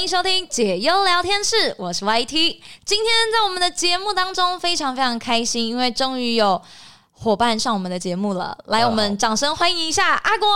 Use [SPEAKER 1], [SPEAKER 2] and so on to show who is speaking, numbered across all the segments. [SPEAKER 1] 迎收听解忧聊天室，我是 YT。今天在我们的节目当中，非常非常开心，因为终于有伙伴上我们的节目了。来，
[SPEAKER 2] 啊
[SPEAKER 1] 我们掌声欢迎一下阿国。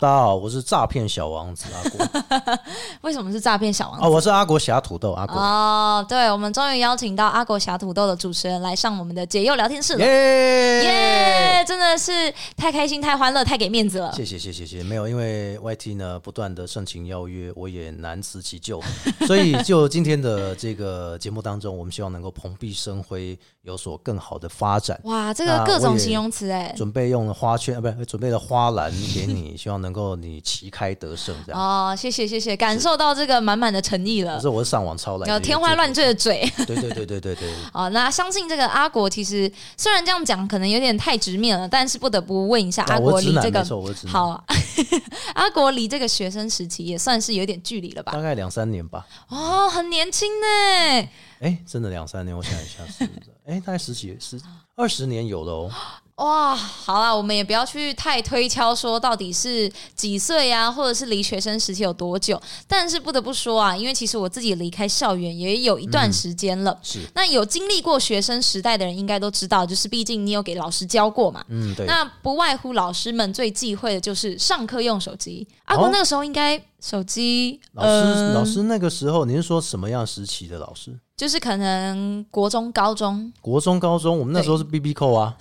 [SPEAKER 2] 大家好，我是诈骗小王子阿 国
[SPEAKER 1] 为什么是诈骗小王
[SPEAKER 2] 啊，
[SPEAKER 1] 子？
[SPEAKER 2] 我是阿国侠土豆阿国，
[SPEAKER 1] 哦，对，我们终于邀请到阿国侠土豆的主持人来上我们的解忧聊天室了。
[SPEAKER 2] 耶！
[SPEAKER 1] 耶真的是太开心、太欢乐、太给面子了。
[SPEAKER 2] 谢谢谢谢谢谢，没有，因为 YT 呢不断的盛情邀约，我也难辞其咎， 所以就今天的这个节目当中，我们希望能够蓬荜生辉，有所更好的发展。
[SPEAKER 1] 哇，这
[SPEAKER 2] 那
[SPEAKER 1] 个
[SPEAKER 2] 我
[SPEAKER 1] 各种
[SPEAKER 2] 也
[SPEAKER 1] 形容词哎、
[SPEAKER 2] 准备用了花圈啊，不，准备了花篮给 你，希望能够你旗开得胜这样。
[SPEAKER 1] 哦，谢谢谢谢，感受到这个满满的诚意
[SPEAKER 2] 可
[SPEAKER 1] 了。
[SPEAKER 2] 是我是上网抄来的，
[SPEAKER 1] 有天花乱坠的嘴
[SPEAKER 2] 对对对对对对，
[SPEAKER 1] 哦，那相信这个阿国其实虽然这样讲可能有点太直面了，但是不得不问一下阿
[SPEAKER 2] 啊我
[SPEAKER 1] 国
[SPEAKER 2] 是直
[SPEAKER 1] 离
[SPEAKER 2] 男
[SPEAKER 1] 这个
[SPEAKER 2] 没、错，我是直男，
[SPEAKER 1] 好，啊 阿国离这个学生时期也算是有点距离了吧
[SPEAKER 2] 大？概两三年吧。
[SPEAKER 1] 哦，很年轻呢，
[SPEAKER 2] 哎、真的两三年，我想一下是不是？哎、大概十几、十二十年有了哦。
[SPEAKER 1] 哇，好啦，我们也不要去太推敲说到底是几岁呀、或者是离学生时期有多久。但是不得不说啊，因为其实我自己离开校园也有一
[SPEAKER 2] 嗯
[SPEAKER 1] 段时间了。
[SPEAKER 2] 是，
[SPEAKER 1] 那有经历过学生时代的人应该都知道，就是毕竟你有给老师教过嘛。
[SPEAKER 2] 嗯，对。
[SPEAKER 1] 那不外乎老师们最忌讳的就是上课用手机。阿国
[SPEAKER 2] 哦
[SPEAKER 1] 那个时候应该手机，
[SPEAKER 2] 老师，
[SPEAKER 1] 呃
[SPEAKER 2] 老师那个时候，你是说什么样时期的老师？
[SPEAKER 1] 就是可能国中、高中，
[SPEAKER 2] 国中、高中，我们那时候是 B B 扣啊。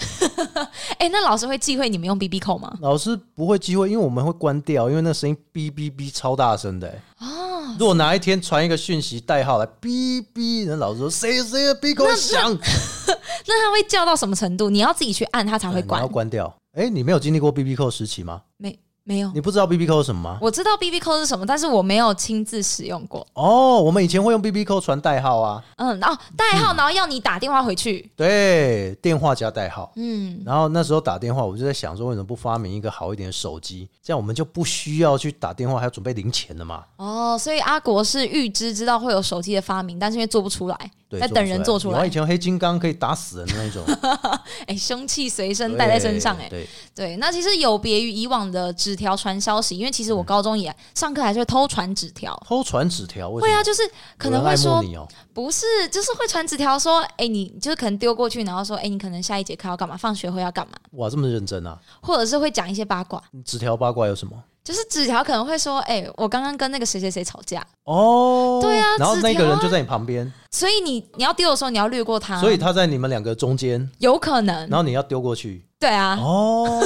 [SPEAKER 1] 哎、那老师会忌讳你们用 B B 扣吗？
[SPEAKER 2] 老师不会机会，因为我们会关掉，因为那声音哔哔哔超大声的、欸。哦。如果哪一天传一个讯息代号来哔哔，那老师说谁谁的 B 扣响，
[SPEAKER 1] 那他会叫到什么程度？你要自己去按，他才
[SPEAKER 2] 呃
[SPEAKER 1] 会
[SPEAKER 2] 你
[SPEAKER 1] 关
[SPEAKER 2] 要。关掉。哎、你没有经历过 B B 扣时期吗？
[SPEAKER 1] 没没有，
[SPEAKER 2] 你不知道 B B 扣是什么吗？
[SPEAKER 1] 我知道 B B 扣是什么，但是我没有亲自使用过。
[SPEAKER 2] 哦，我们以前会用 B B 扣传代号啊。
[SPEAKER 1] 嗯，哦，代号，然后要你打电话回去。
[SPEAKER 2] 对，电话加代号。
[SPEAKER 1] 嗯，
[SPEAKER 2] 然后那时候打电话，我就在想说，为什么不发明一个好一点的手机？这样我们就不需要去打电话，还要准备零钱了嘛？
[SPEAKER 1] 哦，所以阿国是预知知道会有手机的发明，但是因为做不出来，
[SPEAKER 2] 对，
[SPEAKER 1] 在等人做出
[SPEAKER 2] 有啊
[SPEAKER 1] 来
[SPEAKER 2] 以。前黑金刚可以打死人的 那种，
[SPEAKER 1] 哎，凶器随身
[SPEAKER 2] 对
[SPEAKER 1] 带在身上，哎，
[SPEAKER 2] 对，
[SPEAKER 1] 对，那其实有别于以往的纸条传消息，因为其实我
[SPEAKER 2] 嗯
[SPEAKER 1] 高中也上课还是会偷传纸条。
[SPEAKER 2] 偷传纸条，为什
[SPEAKER 1] 会
[SPEAKER 2] 么
[SPEAKER 1] 啊，就是可能
[SPEAKER 2] 有人
[SPEAKER 1] 会
[SPEAKER 2] 爱
[SPEAKER 1] 说
[SPEAKER 2] 慕你哦，
[SPEAKER 1] 不是，就是会传纸条说，哎、你就是可能丢过去，然后说，哎、你可能下一节课要干嘛，放学后要干嘛，
[SPEAKER 2] 哇，这么认真啊！
[SPEAKER 1] 或者是会讲一些八卦。
[SPEAKER 2] 纸条八卦有什么？
[SPEAKER 1] 就是纸条可能会说，哎、我刚刚跟那个谁谁谁吵架，
[SPEAKER 2] 哦，
[SPEAKER 1] 对啊
[SPEAKER 2] 然后那
[SPEAKER 1] 纸条
[SPEAKER 2] 个
[SPEAKER 1] 啊
[SPEAKER 2] 人就在你旁边，
[SPEAKER 1] 所以你你要丢的时候你要略过他，
[SPEAKER 2] 所以他在你们两个中间，
[SPEAKER 1] 有可能
[SPEAKER 2] 然，后你要丢过去。
[SPEAKER 1] 对啊，
[SPEAKER 2] 哦，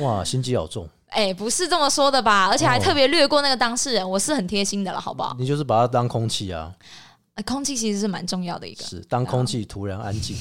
[SPEAKER 2] 哇，心机好重，
[SPEAKER 1] 哎、不是这么说的吧？而且还
[SPEAKER 2] 哦
[SPEAKER 1] 特别略过那个当事人，我是很贴心的了，好不好？
[SPEAKER 2] 你就是把它当空气啊，
[SPEAKER 1] 哎空气其实是蛮重要的一个。
[SPEAKER 2] 是当空气突然安静。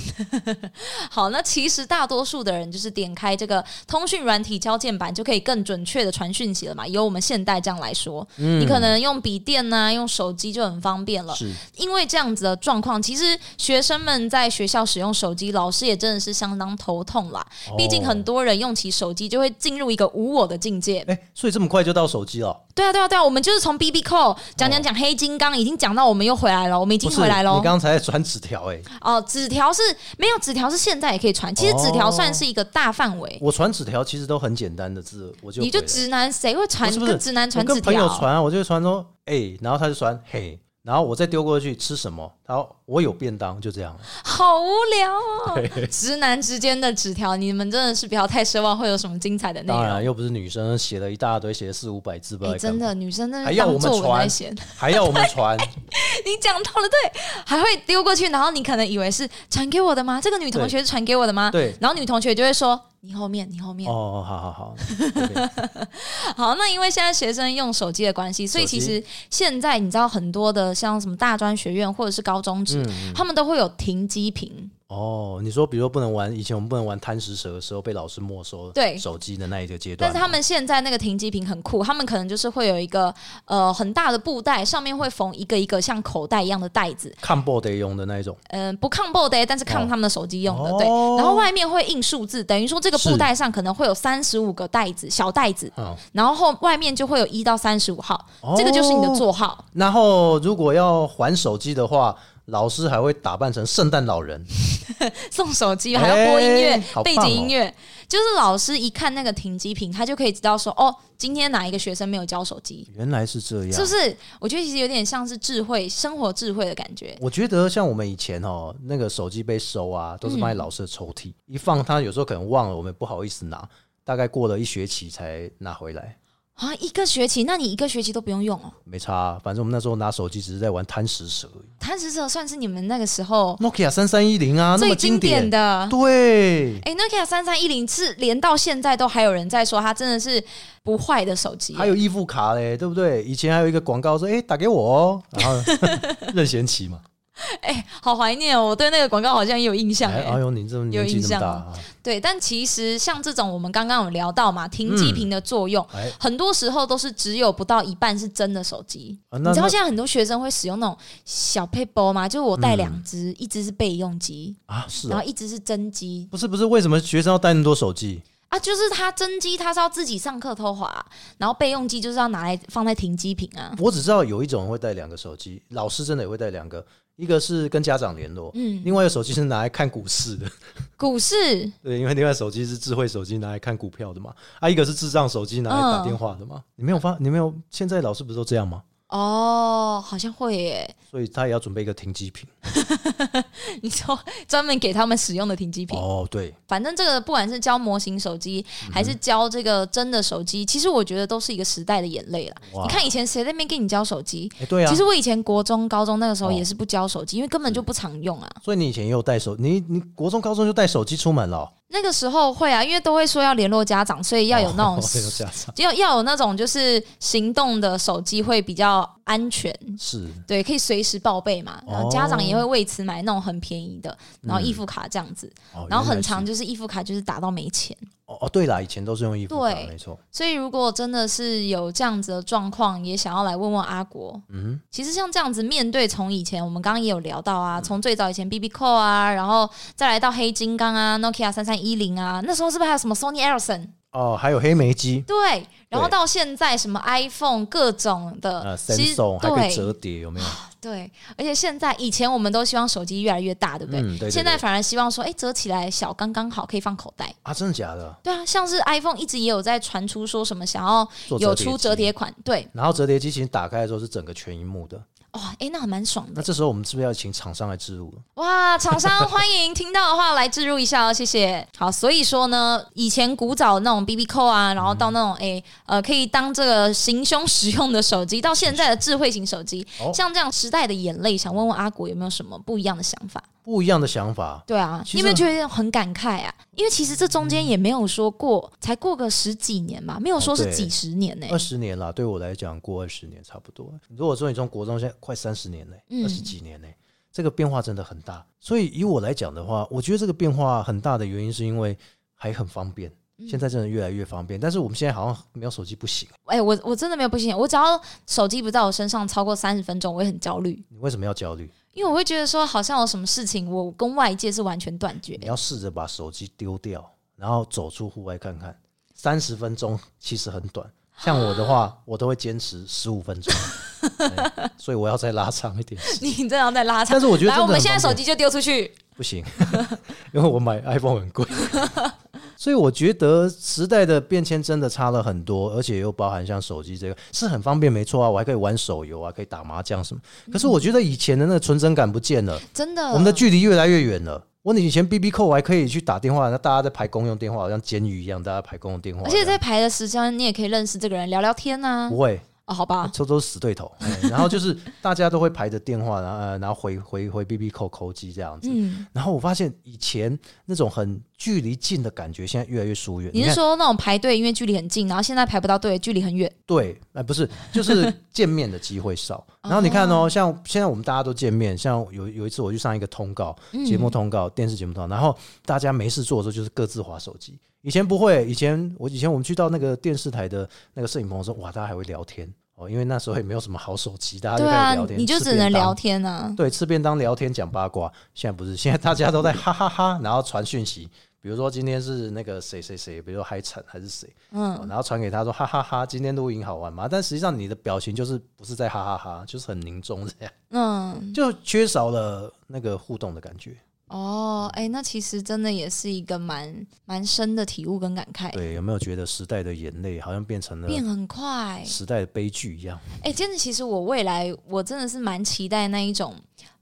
[SPEAKER 1] 好，那其实大多数的人就是点开这个通讯软体交件版，就可以更准确的传讯息了嘛。由我们现代这样来说，你可能用笔电呐、用手机就很方便了。
[SPEAKER 2] 是，
[SPEAKER 1] 因为这样子的状况，其实学生们在学校使用手机，老师也真的是相当头痛啦。毕竟很
[SPEAKER 2] 多。
[SPEAKER 1] 多人用起手机就会进入一个无我的境界。
[SPEAKER 2] 哎、所以这么快就到手机了？
[SPEAKER 1] 对啊，对啊，对啊，我们就是从 B B 扣讲讲讲黑金刚，已经讲到我们又回来了，我们已经
[SPEAKER 2] 不是
[SPEAKER 1] 回来了
[SPEAKER 2] 你。刚才在传纸条哎，
[SPEAKER 1] 哦，纸条是没有纸条是现在也可以传，其实纸条算是一个大范围。
[SPEAKER 2] 我传纸条其实都很简单的字，我就
[SPEAKER 1] 你就
[SPEAKER 2] 回了
[SPEAKER 1] 直男谁会传
[SPEAKER 2] 不是不是
[SPEAKER 1] 跟直男
[SPEAKER 2] 我
[SPEAKER 1] 传纸
[SPEAKER 2] 跟朋友
[SPEAKER 1] 条？
[SPEAKER 2] 传啊，我就传说哎、然后他就传嘿，然后我再丢过去吃什么，他说我有便当，就 这样。
[SPEAKER 1] 好无聊哦！直男之间的纸条，你们真的是不要太奢望会有什么精彩的内
[SPEAKER 2] 当
[SPEAKER 1] 容。
[SPEAKER 2] 然又不是女生，写了一大堆，写了四五百字吧、
[SPEAKER 1] 哎，真的，女生真
[SPEAKER 2] 还
[SPEAKER 1] 的
[SPEAKER 2] 要我
[SPEAKER 1] 当作
[SPEAKER 2] 们
[SPEAKER 1] 文
[SPEAKER 2] 传
[SPEAKER 1] 来写。
[SPEAKER 2] 还要我们 传，
[SPEAKER 1] 你讲到了，对，还会丢过去，然后你可能以为是传给我的吗？这个女同学是传给我的吗？
[SPEAKER 2] 对。
[SPEAKER 1] 然后女同学就会说：“你后面，你后面。
[SPEAKER 2] 哦，好好好，对
[SPEAKER 1] 好，那因为现在学生用手机的关系，所以
[SPEAKER 2] 手
[SPEAKER 1] 其
[SPEAKER 2] 机
[SPEAKER 1] 实现在你知道很多的像什么大专学院或者是高中职，
[SPEAKER 2] 嗯
[SPEAKER 1] 他们都会有停机坪。
[SPEAKER 2] 哦，你说比如说不能玩，以前我们不能玩贪食蛇的时候，被老师没收
[SPEAKER 1] 对
[SPEAKER 2] 手机的那一个阶
[SPEAKER 1] 但
[SPEAKER 2] 段，
[SPEAKER 1] 是他们现在那个停机坪很酷，他们可能就是会有一个呃很大的布袋，上面会缝一个一个像口袋一样的袋子，
[SPEAKER 2] 看 b o 得用的那一种，
[SPEAKER 1] 嗯、不抗 b o d 但是抗
[SPEAKER 2] 哦
[SPEAKER 1] 他们的手机用的，
[SPEAKER 2] 哦
[SPEAKER 1] 对。然后外面会印数字，等于说这个布
[SPEAKER 2] 是
[SPEAKER 1] 袋上可能会有三十五个袋子，小袋子，
[SPEAKER 2] 嗯，
[SPEAKER 1] 然后后外面就会有一到三十五号，
[SPEAKER 2] 哦
[SPEAKER 1] 这个就是你的座号。
[SPEAKER 2] 然后如果要还手机的话，老师还会打扮成圣诞老人，
[SPEAKER 1] 送手机还要播音乐、
[SPEAKER 2] 哎好棒
[SPEAKER 1] 背
[SPEAKER 2] 哦
[SPEAKER 1] 景音乐，就是老师一看那个停机坪，他就可以知道说，哦，今天哪一个学生没有交手机，
[SPEAKER 2] 原来是这样，
[SPEAKER 1] 是不是？我觉得其实有点像是智慧生活智慧的感觉。
[SPEAKER 2] 我觉得像我们以前哦，那个手机被收啊，都是放在老师的抽
[SPEAKER 1] 嗯
[SPEAKER 2] 屉，一放他有时候可能忘了，我们不好意思拿，大概过了一学期才拿回来，
[SPEAKER 1] 啊，一个学期，那你一个学期都不用用哦。
[SPEAKER 2] 没差啊、反正我们那时候拿手机只是在玩贪食蛇而已
[SPEAKER 1] 贪食蛇算是你们那个时候
[SPEAKER 2] ，Nokia 三三一零啊，那
[SPEAKER 1] 最
[SPEAKER 2] 么
[SPEAKER 1] 经典
[SPEAKER 2] 典，
[SPEAKER 1] 的。
[SPEAKER 2] 对，
[SPEAKER 1] 哎、n o k i a 三三一零是连到现在都还有人在说它真的是不坏的手机。
[SPEAKER 2] 还有易付卡嘞，对不对？以前还有一个广告说，哎、打给我哦，然后 任贤齐嘛，
[SPEAKER 1] 哎、好怀念哦！我对那个广告好像也有印象
[SPEAKER 2] 哎
[SPEAKER 1] 哎、
[SPEAKER 2] 哎呦，你这么年纪
[SPEAKER 1] 印
[SPEAKER 2] 这么
[SPEAKER 1] 象
[SPEAKER 2] 大、
[SPEAKER 1] 哦
[SPEAKER 2] 啊，
[SPEAKER 1] 对，但其实像这种我们刚刚有聊到嘛，停机坪的作用，
[SPEAKER 2] 哎、
[SPEAKER 1] 很多时候都是只有不到一半是真的手机。
[SPEAKER 2] 啊
[SPEAKER 1] 你
[SPEAKER 2] 那
[SPEAKER 1] 知道
[SPEAKER 2] 那
[SPEAKER 1] 现在很多学生会使用那种小配包吗？就是我带两只，一只是备用机，
[SPEAKER 2] 啊嗯是
[SPEAKER 1] 然
[SPEAKER 2] 啊
[SPEAKER 1] 后，一只是真机
[SPEAKER 2] 不是不是，为什么学生要带那么多手机？
[SPEAKER 1] 啊，就是他真机他是要自己上课偷滑，然后备用机就是要拿来放在停机坪啊。
[SPEAKER 2] 我只知道有一种人会带两个手机，老师真的也会带两个，一个是跟家长联络，
[SPEAKER 1] 嗯，
[SPEAKER 2] 另外一个手机是拿来看股市的，
[SPEAKER 1] 股市
[SPEAKER 2] 对，因为另外手机是智慧手机拿来看股票的嘛，啊，一个是智障手机拿来打
[SPEAKER 1] 嗯
[SPEAKER 2] 电话的嘛。你没有发，你没有，现在老师不是都这样吗？
[SPEAKER 1] 哦，好像会耶。
[SPEAKER 2] 所以他也要准备一个停机坪。
[SPEAKER 1] 你说专门给他们使用的停机坪，
[SPEAKER 2] 哦，嗯对，
[SPEAKER 1] 反正这个不管是教模型手机，还是教这个真的手机，其实我觉得都是一个时代的眼泪啦。
[SPEAKER 2] 哇
[SPEAKER 1] 你看以前谁在那边跟你教手机？
[SPEAKER 2] 哎、对啊
[SPEAKER 1] 其，实我以前国中、高中那个时候
[SPEAKER 2] 哦嗯
[SPEAKER 1] 也是不教手机，因为根本就不常用啊。
[SPEAKER 2] 所以你以前也有带手，你你国中、高中就带手机出门了哦、
[SPEAKER 1] 那个时候会啊，因为都会说要联络家长，所以要哎有那 种、
[SPEAKER 2] 哦有家长
[SPEAKER 1] 要要有那种就是行动的手机会比较安全，
[SPEAKER 2] 是
[SPEAKER 1] 对，可以随时报备嘛。然后家长也
[SPEAKER 2] 哦嗯
[SPEAKER 1] 会为此买那种很便宜的，然后易付卡这样子，
[SPEAKER 2] 哦，
[SPEAKER 1] 然后
[SPEAKER 2] 原来
[SPEAKER 1] 很
[SPEAKER 2] 是
[SPEAKER 1] 长就是易付卡就是打到没钱。
[SPEAKER 2] 哦哦，对啦，以前都是用衣服卡，
[SPEAKER 1] 对
[SPEAKER 2] 没错，
[SPEAKER 1] 所以，如果真的是有这样子的状况，也想要来问问阿国。
[SPEAKER 2] 嗯
[SPEAKER 1] 其实像这样子面对，从以前我们刚刚也有聊到啊，从最早以前 B B Q 啊，然后再来到黑金刚啊、Nokia 三三一零啊，那时候是不是还有什么 Sony Ericsson？
[SPEAKER 2] 哦，还有黑莓机，
[SPEAKER 1] 对，然后到现在什么 iPhone 各种的，
[SPEAKER 2] 呃
[SPEAKER 1] 其实
[SPEAKER 2] ，Samsung 还可以折
[SPEAKER 1] 对
[SPEAKER 2] 叠，有没有？
[SPEAKER 1] 对，而且现在以前我们都希望手机越来越大，对不对？
[SPEAKER 2] 嗯，对对
[SPEAKER 1] 现在
[SPEAKER 2] 对
[SPEAKER 1] 反而希望说，哎，折起来小刚刚好，可以放口袋。
[SPEAKER 2] 啊，真的假的？
[SPEAKER 1] 对啊，像是 iPhone 一直也有在传出说什么想要
[SPEAKER 2] 做
[SPEAKER 1] 有出折
[SPEAKER 2] 机
[SPEAKER 1] 叠款，对，
[SPEAKER 2] 然后折叠机其实打开的时候是整个全荧幕的，
[SPEAKER 1] 哇、哎、那还蛮爽
[SPEAKER 2] 那
[SPEAKER 1] 的
[SPEAKER 2] 这时候我们是不是要请厂商来置入了？
[SPEAKER 1] 哇！厂商欢迎听到的话来置入一下哦，谢谢。好，所以说呢，以前古早那种 B B 扣啊，然后到那种哎、呃可以当这个行凶使用的手机，到现在的智慧型手机，
[SPEAKER 2] 哦
[SPEAKER 1] 像这样时代的眼泪，想问问阿国有没有什么不一样的想法？
[SPEAKER 2] 不一样的想法，
[SPEAKER 1] 对啊，
[SPEAKER 2] 其实
[SPEAKER 1] 你有没有觉得很感慨啊？因为其实这中间也没有说过，才过个十几年嘛，没有说
[SPEAKER 2] 哦
[SPEAKER 1] 是
[SPEAKER 2] 对
[SPEAKER 1] 几十年呢、
[SPEAKER 2] 二十年啦，对我来讲过二十年差不多。如果说你从国中现在快三十年嘞，
[SPEAKER 1] 嗯
[SPEAKER 2] 二十几年嘞，这个变化真的很大。所以以我来讲的话，我觉得这个变化很大的原因是因为还很方便，
[SPEAKER 1] 嗯
[SPEAKER 2] 现在真的越来越方便。但是我们现在好像没有手机不行，
[SPEAKER 1] 哎、我我真的没有不行，我只要手机不在我身上超过三十分钟，我也很焦虑。
[SPEAKER 2] 你为什么要焦虑？
[SPEAKER 1] 因为我会觉得说，好像有什么事情我跟外界是完全断绝
[SPEAKER 2] 你。要试着把手机丢掉，然后走出户外看看。三十分钟其实很短，像我的
[SPEAKER 1] 啊
[SPEAKER 2] 话，我都会坚持十五 分钟、哎所以我要再拉长一点时 间。
[SPEAKER 1] 你真的要再拉长
[SPEAKER 2] 但，是我觉得
[SPEAKER 1] 来，
[SPEAKER 2] 真的
[SPEAKER 1] 我
[SPEAKER 2] 很
[SPEAKER 1] 们现在
[SPEAKER 2] 方
[SPEAKER 1] 手
[SPEAKER 2] 便
[SPEAKER 1] 机就丢出去。
[SPEAKER 2] 不行， 因为我买 iPhone 很贵， 所以我觉得时代的变迁真的差了很多，而且又包含像手机这个是很方便，没错啊，我还可以玩手游啊，可以打麻将什么。可
[SPEAKER 1] 嗯
[SPEAKER 2] 是我觉得以前的那个纯真感不见了，
[SPEAKER 1] 真的，
[SPEAKER 2] 我们的距离越来越远了。我以前 B B 扣我还可以去打电话，那大家在排公用电话，好像监狱一样，大家排公用电话
[SPEAKER 1] 而
[SPEAKER 2] 这样。
[SPEAKER 1] 且在排的时间，你也可以认识这个人，聊聊天呐、
[SPEAKER 2] 不会，
[SPEAKER 1] 哦，好吧，
[SPEAKER 2] 这都是死对头。哎然后就是大家都会排着电话，然后呃然后回回回 B B 扣扣机这样子。
[SPEAKER 1] 嗯，
[SPEAKER 2] 然后我发现以前那种很距离近的感觉，现在越来越疏远。
[SPEAKER 1] 你是
[SPEAKER 2] 看
[SPEAKER 1] 说那种排队因为距离很近，然后现在排不到队，距离很远？
[SPEAKER 2] 对？呃，不是， 就是见面的机会少。然后你看哦，像现在我们大家都见面，像有有一次我去上一个通告节
[SPEAKER 1] 嗯
[SPEAKER 2] 目通告，电视节目通告，然后大家没事做的时候就是各自划手机。以前不会，以前我以前我们去到那个电视台的那个摄影棚的时候，哇，大家还会聊天哦，因为那时候也没有什么好手机，大家就
[SPEAKER 1] 对
[SPEAKER 2] 开
[SPEAKER 1] 啊
[SPEAKER 2] 始聊，天，
[SPEAKER 1] 你就
[SPEAKER 2] 吃
[SPEAKER 1] 只能
[SPEAKER 2] 便当
[SPEAKER 1] 聊天啊。
[SPEAKER 2] 对，吃便当聊天讲八卦，现在不是，现在大家都在哈哈哈然后传讯息，比如说今天是那个谁谁谁，比如说嗨晨还是谁，哦
[SPEAKER 1] 嗯，
[SPEAKER 2] 然后传给他说哈哈哈今天录音好玩吗？但实际上你的表情就是不是在哈哈哈，就是很凝重这样，
[SPEAKER 1] 嗯，
[SPEAKER 2] 就缺少了那个互动的感觉。
[SPEAKER 1] 哦，哎、那其实真的也是一个蛮蛮深的体悟跟感慨，
[SPEAKER 2] 对，有没有觉得时代的眼泪好像变成了
[SPEAKER 1] 变很快。
[SPEAKER 2] 时代的悲剧一样？
[SPEAKER 1] 哎、真的，其实我未来我真的是蛮期待那一种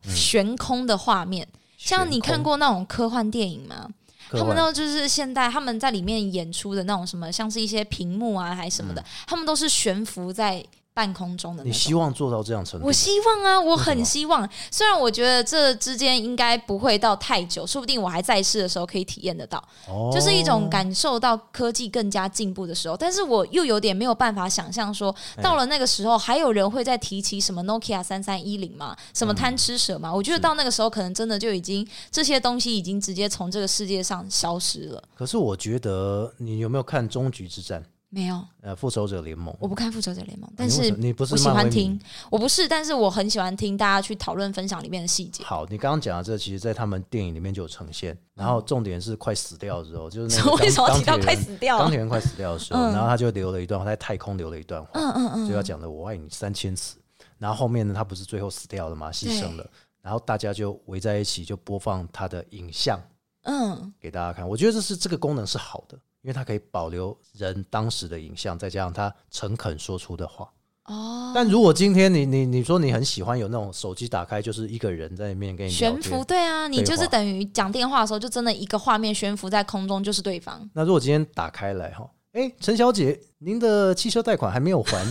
[SPEAKER 2] 嗯
[SPEAKER 1] 悬空的画面，像你看过那种科幻电影吗？
[SPEAKER 2] 科
[SPEAKER 1] 他们
[SPEAKER 2] 幻
[SPEAKER 1] 都就是现代，他们在里面演出的那种什么，像是一些屏幕啊，还是什么的，他们都是悬浮在半空中的那
[SPEAKER 2] 嗯你希
[SPEAKER 1] 种。
[SPEAKER 2] 望做到这样程度
[SPEAKER 1] 我
[SPEAKER 2] 吗？
[SPEAKER 1] 希望啊，我
[SPEAKER 2] 为什
[SPEAKER 1] 很
[SPEAKER 2] 么
[SPEAKER 1] 希望。虽然我觉得这之间应该不会到太久，说不定我还在世的时候可以体验得到，
[SPEAKER 2] 哦
[SPEAKER 1] 就是一种感受到科技更加进步的时候。但是我又有点没有办法想象说，
[SPEAKER 2] 哎
[SPEAKER 1] 到了那个时候还有人会再提起什么 Nokia 三三一零嘛，什么
[SPEAKER 2] 嗯
[SPEAKER 1] 贪吃蛇嘛？我觉得到那个时候，可能真的就已经这些东西已经直接从这个世界上消失了。
[SPEAKER 2] 可是我觉得你有没有看《终局之战》？
[SPEAKER 1] 没有，
[SPEAKER 2] 呃，《复仇者联盟》啊
[SPEAKER 1] 我不看复仇者联盟，
[SPEAKER 2] 嗯你为
[SPEAKER 1] 但
[SPEAKER 2] 什么，
[SPEAKER 1] 是
[SPEAKER 2] 你不是
[SPEAKER 1] 我喜
[SPEAKER 2] 漫
[SPEAKER 1] 欢
[SPEAKER 2] 威迷
[SPEAKER 1] 听。，我不是，但是我很喜欢听大家去讨论分享里面的细节。
[SPEAKER 2] 好，你刚刚讲的这，其实在他们电影里面就有呈现。然后重点是快死掉的时候，就是那个
[SPEAKER 1] 为什么
[SPEAKER 2] 钢
[SPEAKER 1] 提到
[SPEAKER 2] 钢铁
[SPEAKER 1] 快
[SPEAKER 2] 人
[SPEAKER 1] 死掉
[SPEAKER 2] 钢
[SPEAKER 1] 了？
[SPEAKER 2] 铁人快死掉的时候，然后他就留了一段话，在太空留了一段话，
[SPEAKER 1] 嗯嗯嗯，
[SPEAKER 2] 就要讲的“我爱你三千次”。然后后面呢，他不是最后死掉了吗？牺牲了，然后大家就围在一起，就播放他的影像
[SPEAKER 1] 嗯，
[SPEAKER 2] 给大家看。我觉得这是这个功能是好的，因为它可以保留人当时的影像，再加上他诚恳说出的话。
[SPEAKER 1] 哦，
[SPEAKER 2] 但如果今天你你你说你很喜欢有那种手机打开就是一个人在里面跟你聊
[SPEAKER 1] 悬浮，
[SPEAKER 2] 天，
[SPEAKER 1] 对啊，你
[SPEAKER 2] 对
[SPEAKER 1] 就是
[SPEAKER 2] 话
[SPEAKER 1] 等于讲电话的时候，就真的一个画面悬浮在空中，就是对方。
[SPEAKER 2] 那如果今天打开来哈，哎，陈小姐，您的汽车贷款还没 有还，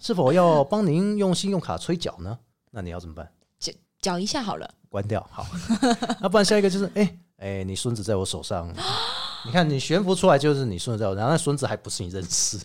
[SPEAKER 2] 是否要帮您用信用卡催缴呢？那你要怎么办？
[SPEAKER 1] 搅一下好了，
[SPEAKER 2] 关掉好，那不然下一个就是哎哎，你孙子在我手上，你看你悬浮出来就是你孙子在我，然后那孙子还不是你认 识，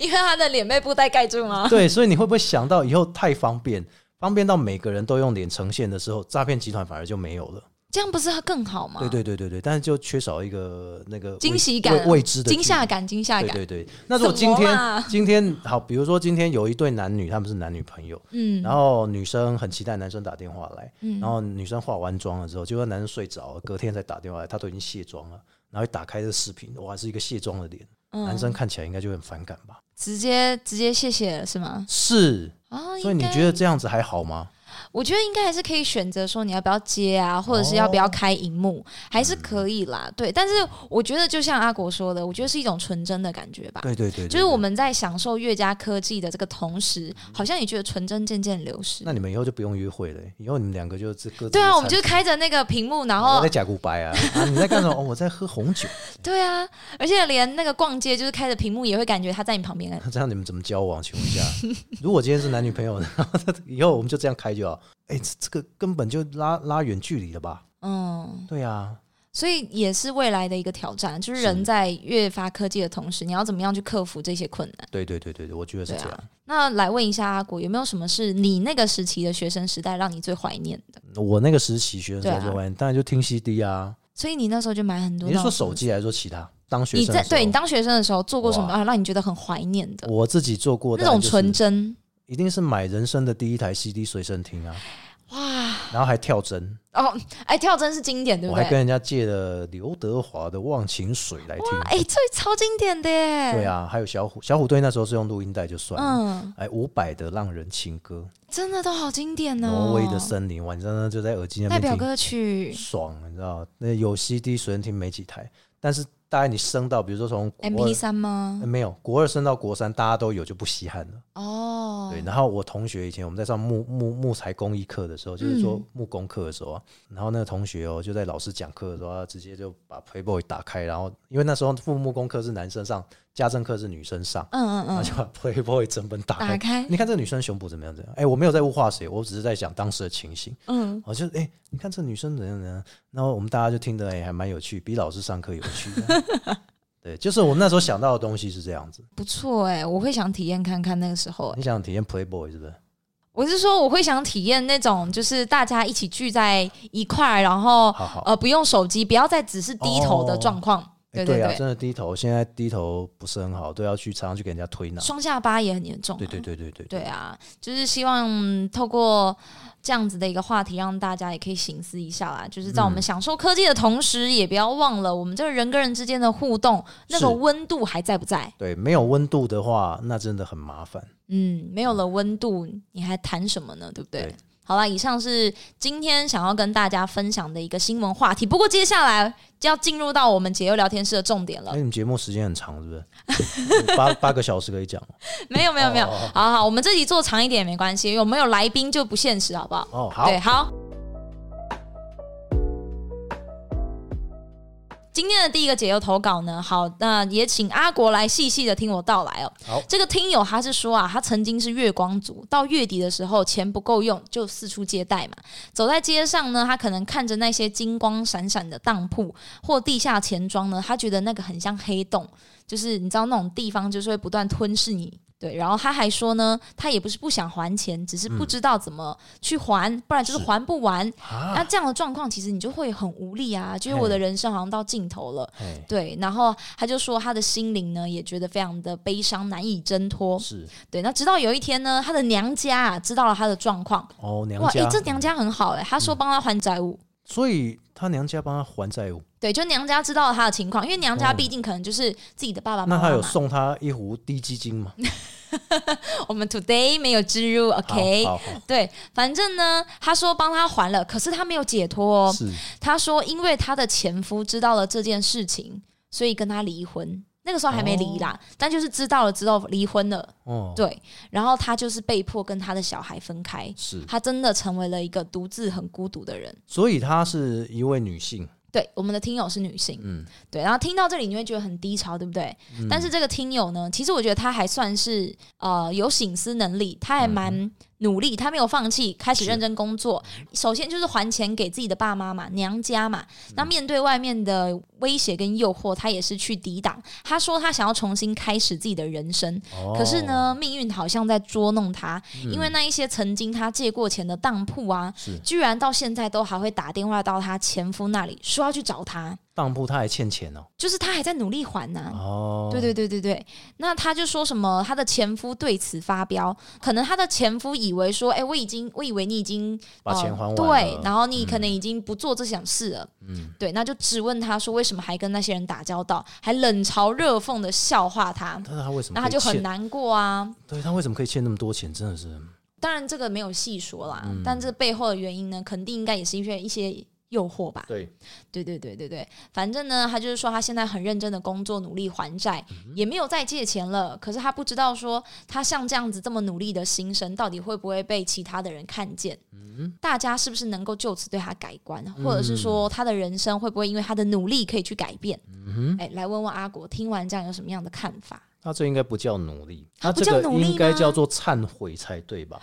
[SPEAKER 1] 因为他的脸被布袋盖住吗？
[SPEAKER 2] 对，所以你会不会想到以后太方便，方便到每个人都用脸呈现的时候，诈骗集团反而就没有了。
[SPEAKER 1] 这样不是更好吗？
[SPEAKER 2] 对对对对对，但是就缺少一个那个
[SPEAKER 1] 惊
[SPEAKER 2] 未
[SPEAKER 1] 喜感啊
[SPEAKER 2] 未未知的
[SPEAKER 1] 惊吓
[SPEAKER 2] 距
[SPEAKER 1] 感，惊吓
[SPEAKER 2] 离。
[SPEAKER 1] 感，
[SPEAKER 2] 对对对，那如果今
[SPEAKER 1] 什么
[SPEAKER 2] 天
[SPEAKER 1] 啦
[SPEAKER 2] 今天好，比如说今天有一对男女，他们是男女朋友，
[SPEAKER 1] 嗯，
[SPEAKER 2] 然后女生很期待男生打电话来，然后女生化完妆了之后，结果男生睡着了，隔天才打电话来，他都已经卸妆了，然后一打开这视频，哇，是一个卸妆的脸，
[SPEAKER 1] 嗯
[SPEAKER 2] 男生看起来应该就很反感吧？
[SPEAKER 1] 直接直接谢谢了是吗？
[SPEAKER 2] 是，
[SPEAKER 1] 啊，
[SPEAKER 2] 所以你
[SPEAKER 1] 应该
[SPEAKER 2] 觉得这样子还好吗？
[SPEAKER 1] 我觉得应该还是可以选择说你要不要接啊，或者是要不
[SPEAKER 2] 哦
[SPEAKER 1] 要开荧幕，还
[SPEAKER 2] 嗯
[SPEAKER 1] 是可以啦。对，但是我觉得就像阿国说的，我觉得是一种纯真的感觉吧。
[SPEAKER 2] 对对对对
[SPEAKER 1] 就是我
[SPEAKER 2] 对
[SPEAKER 1] 们在享受越加科技的这个同时，好像也觉得纯真渐渐流失
[SPEAKER 2] 那。你们以后就不用约会了，以后你们两个就是各自
[SPEAKER 1] 对啊，我们
[SPEAKER 2] 就
[SPEAKER 1] 就开着哦那个屏幕，然
[SPEAKER 2] 我
[SPEAKER 1] 后
[SPEAKER 2] 在假古白啊，啊你在干什么？哦，我在喝红酒。
[SPEAKER 1] 对啊，而且连那个逛街就是开着屏幕，也会感觉他在你旁 边。哎
[SPEAKER 2] 这样你们怎么交往？请问一下， 如果今天是男女朋友， 然后以后我们就这样开就好。哎、这这个根本就拉拉远距离了吧？
[SPEAKER 1] 嗯，
[SPEAKER 2] 对啊，
[SPEAKER 1] 所以也是未来的一个挑战，就是
[SPEAKER 2] 是
[SPEAKER 1] 人在越发科技的同时，你要怎么样去克服这些困难？
[SPEAKER 2] 对对对对对，我觉得是
[SPEAKER 1] 对
[SPEAKER 2] 这样。
[SPEAKER 1] 啊，那来问一下阿果，有没有什么是你那个时期的学生时代让你最怀念的？
[SPEAKER 2] 我那个时期学生在
[SPEAKER 1] 对啊
[SPEAKER 2] 做玩，当然就听 CD 啊。
[SPEAKER 1] 所以你那时候就买很多。
[SPEAKER 2] 你是说手？机还是说其他？当学
[SPEAKER 1] 你
[SPEAKER 2] 生的
[SPEAKER 1] 在
[SPEAKER 2] 时候
[SPEAKER 1] 对你当学生的时候做过什么
[SPEAKER 2] 哇
[SPEAKER 1] 啊，让你觉得很怀念的？
[SPEAKER 2] 我自己做过
[SPEAKER 1] 那种纯
[SPEAKER 2] 真，
[SPEAKER 1] 真
[SPEAKER 2] 一定是买人生的第一台 CD 随身听啊，
[SPEAKER 1] 哇！
[SPEAKER 2] 然后还跳针。
[SPEAKER 1] 哦，哎，跳针是经典，对
[SPEAKER 2] 我
[SPEAKER 1] 不
[SPEAKER 2] 还
[SPEAKER 1] 对
[SPEAKER 2] 跟？人家借了刘德华的《忘情水》来听。
[SPEAKER 1] 哎，这超经典的耶！
[SPEAKER 2] 对，啊，还有小虎，小虎队那时候是用录音带就算了。
[SPEAKER 1] 嗯，
[SPEAKER 2] 哎，伍佰的《浪人情歌
[SPEAKER 1] 真的都好经典》，哦。
[SPEAKER 2] 挪威的森林，晚上呢就在耳机那
[SPEAKER 1] 代表
[SPEAKER 2] 边听，
[SPEAKER 1] 歌曲
[SPEAKER 2] 爽，你知道？那有 CD 随身听没几台，但是大概你升到，比如说从国二
[SPEAKER 1] ，MP 三吗
[SPEAKER 2] 呃？没有国二升到国三，大家都有就不稀罕了。
[SPEAKER 1] 哦，
[SPEAKER 2] 对，然后我同学以前我们在上木木木材工艺课的时候，就是
[SPEAKER 1] 嗯
[SPEAKER 2] 说木工课的时候啊，然后那个同学哦，就在老师讲课的时候啊，直接就把 Playboy 打开，然后因为那时候木木工课是男生上，家政课是女生上，
[SPEAKER 1] 嗯嗯
[SPEAKER 2] 然后
[SPEAKER 1] 嗯，
[SPEAKER 2] 就把 Playboy 整本打
[SPEAKER 1] 打
[SPEAKER 2] 开。
[SPEAKER 1] 开，
[SPEAKER 2] 你看这个女生胸部怎么样？怎么样？哎、我没有在物化谁，我只是在讲当时的情形。
[SPEAKER 1] 嗯，
[SPEAKER 2] 我就哎、你看这女生怎样怎样，然后我们大家就听得哎、还蛮有趣，比老师上课有趣的 对，就是我那时候想到的东西是这样子。
[SPEAKER 1] 不错哎，我会想体验看看那个时候哎。
[SPEAKER 2] 你想体验 Playboy 是不是？
[SPEAKER 1] 我是说，我会想体验那种，就是大家一起聚在一块，然后
[SPEAKER 2] 好好
[SPEAKER 1] 呃，不用手机，不要再只是低头的状况。
[SPEAKER 2] 哎
[SPEAKER 1] 对
[SPEAKER 2] 对
[SPEAKER 1] 对，
[SPEAKER 2] 啊，真的低头，现在低头不是很好，都要去常常去给人家推拿。
[SPEAKER 1] 双下巴也很严重、啊。
[SPEAKER 2] 对对对对对
[SPEAKER 1] 对啊，就是希望、嗯透过这样子的一个话题，让大家也可以醒思一下啦。就是在
[SPEAKER 2] 嗯
[SPEAKER 1] 我们享受科技的同时，也不要忘了我们这个人跟人之间的互动，那个
[SPEAKER 2] 是
[SPEAKER 1] 温度还在不在？
[SPEAKER 2] 对，没有温度的话，那真的很麻烦。
[SPEAKER 1] 嗯，没有了温度，你还谈什么呢？对不对？
[SPEAKER 2] 对
[SPEAKER 1] 好了，以上是今天想要跟大家分享的一个新闻话题。不过接下来就要进入到我们解忧聊天室的重点了
[SPEAKER 2] 哎、。你们节目时间很长，是不是？八八个小时可以讲
[SPEAKER 1] 没 有没有没有，
[SPEAKER 2] 哦哦
[SPEAKER 1] 好好，我们这集做长一点也没关系，有没有来宾就不现实，好不好？
[SPEAKER 2] 哦。好
[SPEAKER 1] 对，，好。今天的第一个解忧投稿呢，好，那也请阿国来细细的听我道来哦。
[SPEAKER 2] 好
[SPEAKER 1] 这个听友他是说啊，他曾经是月光族，到月底的时候钱不够用，就四处借贷嘛。走在街上呢，他可能看着那些金光闪闪的当铺或地下钱庄呢，他觉得那个很像黑洞，就是你知道那种地方就是会不断吞噬你。对，然后他还说呢，他也不是不想还钱，只是不知道怎么去还，不然就是
[SPEAKER 2] 嗯是
[SPEAKER 1] 还不完。那
[SPEAKER 2] 啊，
[SPEAKER 1] 这样的状况，其实你就会很无力啊，就是我的人生好像到尽头了。
[SPEAKER 2] 哎，
[SPEAKER 1] 对，然后他就说他的心灵呢也觉得非常的悲伤，难以挣脱。
[SPEAKER 2] 是
[SPEAKER 1] 对，那直到有一天呢，他的娘家、啊、知道了他的状况，
[SPEAKER 2] 哦，娘
[SPEAKER 1] 哇，诶，
[SPEAKER 2] 家，嗯
[SPEAKER 1] 这娘家很好诶，他说帮他还债务。
[SPEAKER 2] 所以他娘家帮他还债务，
[SPEAKER 1] 对，就娘家知道了他的情况，因为娘家
[SPEAKER 2] 哦
[SPEAKER 1] 毕竟可能就是自己的爸爸妈
[SPEAKER 2] 那
[SPEAKER 1] 妈
[SPEAKER 2] 他有
[SPEAKER 1] 嘛。
[SPEAKER 2] 送他一壶低基金 吗
[SPEAKER 1] 我们 today 没有植入，OK？
[SPEAKER 2] 好好
[SPEAKER 1] 对，反正呢，他说帮他还了，可是他没有解脱哦
[SPEAKER 2] 好，。是
[SPEAKER 1] 他说，因为他的前夫知道了这件事情，所以跟他离婚。那个时候还没离啦，但就是知道了之后离婚了。
[SPEAKER 2] 哦，
[SPEAKER 1] 对，然后他就是被迫跟他的小孩分开，
[SPEAKER 2] 是，
[SPEAKER 1] 他真的成为了一个独自很孤独的人。
[SPEAKER 2] 所以她是一位女性，
[SPEAKER 1] 对，我们的听友是女性，
[SPEAKER 2] 嗯，
[SPEAKER 1] 对，然后听到这里你会觉得很低潮，对不对？
[SPEAKER 2] 嗯
[SPEAKER 1] 但是这个听友呢，其实我觉得他还算是呃有醒思能力，他还
[SPEAKER 2] 嗯
[SPEAKER 1] 蛮努力，他没有放弃，开始
[SPEAKER 2] 是
[SPEAKER 1] 认真工作。首先就是还钱给自己的爸妈嘛，娘家嘛。
[SPEAKER 2] 嗯
[SPEAKER 1] 那面对外面的威胁跟诱惑，他也是去抵挡。他说他想要重新开始自己的人生，
[SPEAKER 2] 哦
[SPEAKER 1] 可是，呢，命运好像在捉弄他，
[SPEAKER 2] 嗯
[SPEAKER 1] 因为那一些曾经他借过钱的当铺啊，
[SPEAKER 2] 是
[SPEAKER 1] 居然到现在都还会打电话到他前夫那里，说要去找他，
[SPEAKER 2] 当铺他还欠钱哦，
[SPEAKER 1] 就是他还在努力还呢、
[SPEAKER 2] 哦，
[SPEAKER 1] 对对对对对，那他就说什么，他的前夫对此发飙，可能他的前夫以为说，哎、我已经，我以为你已经
[SPEAKER 2] 把
[SPEAKER 1] 呃
[SPEAKER 2] 钱还完了
[SPEAKER 1] 对，然后你可能已经不做这项事了，
[SPEAKER 2] 嗯
[SPEAKER 1] 对，那就质问他说，为什么还跟那些人打交道，还冷嘲热讽的笑话他，
[SPEAKER 2] 但是他为什么
[SPEAKER 1] 那
[SPEAKER 2] 可
[SPEAKER 1] 他
[SPEAKER 2] 以
[SPEAKER 1] 就很
[SPEAKER 2] 欠
[SPEAKER 1] 难过啊，
[SPEAKER 2] 对他为什么可以欠那么多钱？真的是
[SPEAKER 1] 当然这个没有细说啦，
[SPEAKER 2] 嗯
[SPEAKER 1] 但这背后的原因呢，肯定应该也是因为一些诱惑吧。
[SPEAKER 2] 对，
[SPEAKER 1] 对对对对对，反正呢，他就是说他现在很认真的工作，努力还债，
[SPEAKER 2] 嗯
[SPEAKER 1] 也没有再借钱了。可是他不知道说他像这样子这么努力的心声，到底会不会被其他的人看见？
[SPEAKER 2] 嗯
[SPEAKER 1] 大家是不是能够就此对他改观，或者是
[SPEAKER 2] 嗯
[SPEAKER 1] 说他的人生会不会因为他的努力可以去改变？
[SPEAKER 2] 嗯
[SPEAKER 1] 哎，来问问阿国，听完这样有什么样的看法？
[SPEAKER 2] 他这应该不叫努力，
[SPEAKER 1] 他
[SPEAKER 2] 他
[SPEAKER 1] 啊不
[SPEAKER 2] 这
[SPEAKER 1] 叫
[SPEAKER 2] 个
[SPEAKER 1] 努力
[SPEAKER 2] 应该
[SPEAKER 1] 吗
[SPEAKER 2] 叫做忏悔才对吧？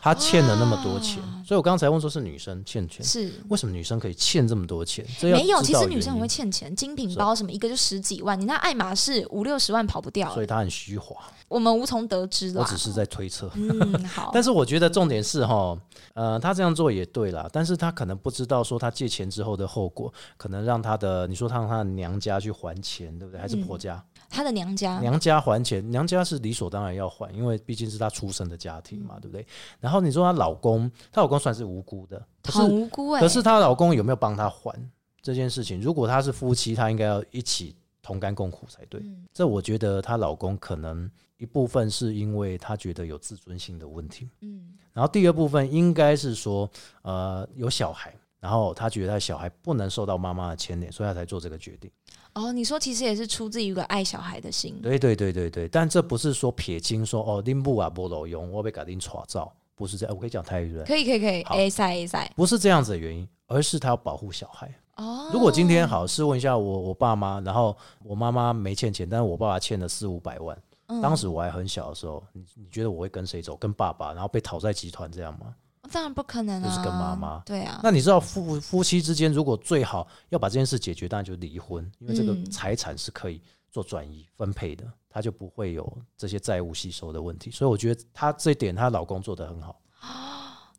[SPEAKER 2] 他欠了那么多钱，
[SPEAKER 1] 啊
[SPEAKER 2] 所以我刚才问说是女生欠钱，
[SPEAKER 1] 是。
[SPEAKER 2] 为什么女生可以欠这么多钱？这要
[SPEAKER 1] 没有，
[SPEAKER 2] 知
[SPEAKER 1] 其
[SPEAKER 2] 道
[SPEAKER 1] 实女
[SPEAKER 2] 原
[SPEAKER 1] 生很
[SPEAKER 2] 因
[SPEAKER 1] 会欠钱，精品包什么一个就十几万，你那爱马仕五六十万跑不掉
[SPEAKER 2] 所
[SPEAKER 1] 了，
[SPEAKER 2] 以她很虚华。
[SPEAKER 1] 我们无从得知
[SPEAKER 2] 我
[SPEAKER 1] 啦
[SPEAKER 2] 只。是在推测，
[SPEAKER 1] 嗯，好，
[SPEAKER 2] 但是我觉得重点是哈，呃，他这样做也对啦，但是他可能不知道说他借钱之后的后果，可能让他的你说他让他的娘家去还钱，对不对？
[SPEAKER 1] 嗯
[SPEAKER 2] 还是婆家？
[SPEAKER 1] 她的娘家，
[SPEAKER 2] 娘家还钱，娘家是理所当然要还，因为毕竟是她出生的家庭嘛，对不对？然后你说她老公，她老公算是无辜的，可
[SPEAKER 1] 很
[SPEAKER 2] 是
[SPEAKER 1] 无辜哎、
[SPEAKER 2] 可是她老公有没有帮她还这件事情？如果他是夫妻，他应该要一起同甘共苦才对。
[SPEAKER 1] 嗯
[SPEAKER 2] 这我觉得她老公可能一部分是因为他觉得有自尊心的问题，
[SPEAKER 1] 嗯，
[SPEAKER 2] 然后第二部分应该是说，呃，有小孩。然后他觉得他小孩不能受到妈妈的牵连，所以他才做这个决定。
[SPEAKER 1] 哦，你说其实也是出自于一个爱小孩的心，
[SPEAKER 2] 对对对对对，但这不是说撇清说哦，恁母啊不路用，我被搞恁耍照，不是这样。我可以讲台语对不对？
[SPEAKER 1] 可以可以可以
[SPEAKER 2] 好
[SPEAKER 1] ，A 赛 A 赛，
[SPEAKER 2] 不是这样子的原因，而是他要保护小孩。
[SPEAKER 1] 哦，
[SPEAKER 2] 如果今天好试问一下我我爸妈，然后我妈妈没欠钱，但是我爸爸欠了四五百万，
[SPEAKER 1] 嗯
[SPEAKER 2] 当时我还很小的时候，你你觉得我会跟谁走？跟爸爸，然后被讨债集团这样吗？
[SPEAKER 1] 当然不可能啊，
[SPEAKER 2] 就是跟妈妈
[SPEAKER 1] 对啊，
[SPEAKER 2] 那你知道夫夫妻之间如果最好要把这件事解决，当然就离婚，因为这个
[SPEAKER 1] 嗯
[SPEAKER 2] 财产是可以做转移分配的，他就不会有这些债务吸收的问题。所以我觉得她这一点，她老公做得很好。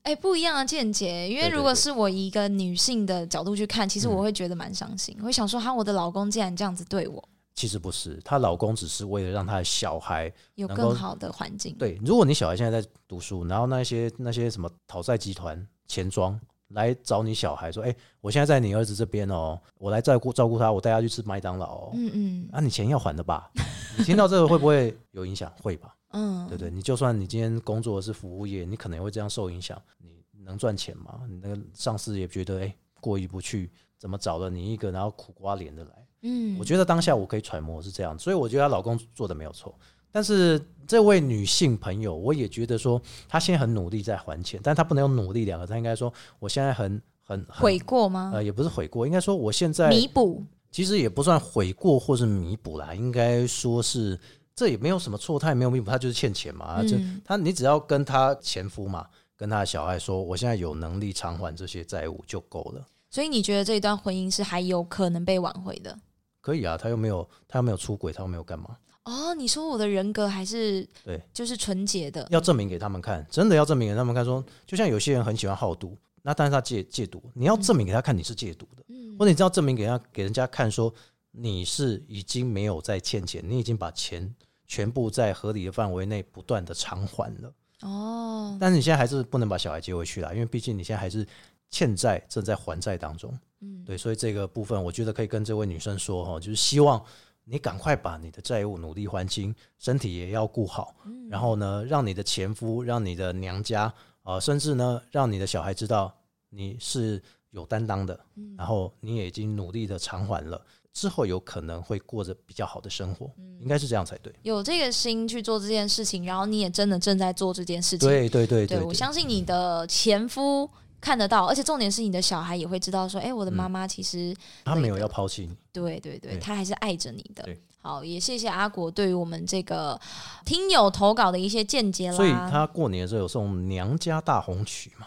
[SPEAKER 1] 哎、不一样的见解，因为
[SPEAKER 2] 对嗯对
[SPEAKER 1] 如果
[SPEAKER 2] 对
[SPEAKER 1] 是我以一个女性的角度去看，其实我会觉得蛮伤心，我会想说，哈，我的老公竟然这样子对我，
[SPEAKER 2] 其实不是，她老公只是为了让她的小孩
[SPEAKER 1] 有
[SPEAKER 2] 能够
[SPEAKER 1] 更好的环境，
[SPEAKER 2] 对。如果你小孩现在在读书，然后那些那些什么讨债集团钱庄来找你小孩说：“哎、我现在在你儿子这边哦，我来照顾照顾他，我带他去吃麦当劳、哦。
[SPEAKER 1] 嗯嗯
[SPEAKER 2] 啊，你钱要还的吧？你听到这个会不会有影响？会吧？
[SPEAKER 1] 嗯，
[SPEAKER 2] 对不对？你就算你今天工作的是服务业，你可能也会这样受影响。你能赚钱吗？你那个上司也觉得哎、过意不去，怎么找了你一个然后苦瓜脸的来？
[SPEAKER 1] 嗯
[SPEAKER 2] 我觉得当下我可以揣摩是这样，所以我觉得她老公做的没有错。但是这位女性朋友，我也觉得说她现在很努力在还钱，但她不能用努力两个字，她应该说我现在很很很
[SPEAKER 1] 悔过吗？
[SPEAKER 2] 呃，也不是悔过，应该说我现在
[SPEAKER 1] 弥补，
[SPEAKER 2] 其实也不算悔过或是弥补啦，应该说是这也没有什么错，他也没有弥补，他就是欠钱嘛。啊就
[SPEAKER 1] 嗯
[SPEAKER 2] 他你只要跟他前夫嘛，跟他的小孩说，我现在有能力偿还这些债务就够了，
[SPEAKER 1] 所以你觉得这一段婚姻是还有可能被挽回的？
[SPEAKER 2] 可以啊。他又没有他又没有出轨，他又没有干嘛，
[SPEAKER 1] 哦，你说我的人格还是
[SPEAKER 2] 对，
[SPEAKER 1] 就是纯洁的，
[SPEAKER 2] 要证明给他们看，真的要证明给他们看说就像有些人很喜欢好赌，那但是他戒戒赌，你要证明给他看你是戒赌的，
[SPEAKER 1] 嗯
[SPEAKER 2] 或者你要证明给他给人家看说你是已经没有在欠钱，你已经把钱全部在合理的范围内不断的偿还了。
[SPEAKER 1] 哦，
[SPEAKER 2] 但是你现在还是不能把小孩接回去啦，因为毕竟你现在还是欠债，正在还债当中。
[SPEAKER 1] 嗯，
[SPEAKER 2] 对，所以这个部分我觉得可以跟这位女生说哈，就是希望你赶快把你的债务努力还清，身体也要顾好，
[SPEAKER 1] 嗯
[SPEAKER 2] 然后呢，让你的前夫、让你的娘家，呃，甚至呢，让你的小孩知道你是有担当的，
[SPEAKER 1] 嗯
[SPEAKER 2] 然后你也已经努力的偿还了，之后有可能会过着比较好的生活，
[SPEAKER 1] 嗯
[SPEAKER 2] 应该是这样才对。
[SPEAKER 1] 有这个心去做这件事情，然后你也真的正在做这件事情，
[SPEAKER 2] 对对对
[SPEAKER 1] 对我相信你的前夫看得到，而且重点是你的小孩也会知道说，哎、我的妈妈其实、
[SPEAKER 2] 他没有要抛弃你。
[SPEAKER 1] 对对对，
[SPEAKER 2] 嗯对
[SPEAKER 1] 她还是爱着你的
[SPEAKER 2] 对。
[SPEAKER 1] 好，也谢谢阿国对于我们这个听友投稿的一些见解啦。
[SPEAKER 2] 所以他过年的时候有送娘家大红曲嘛？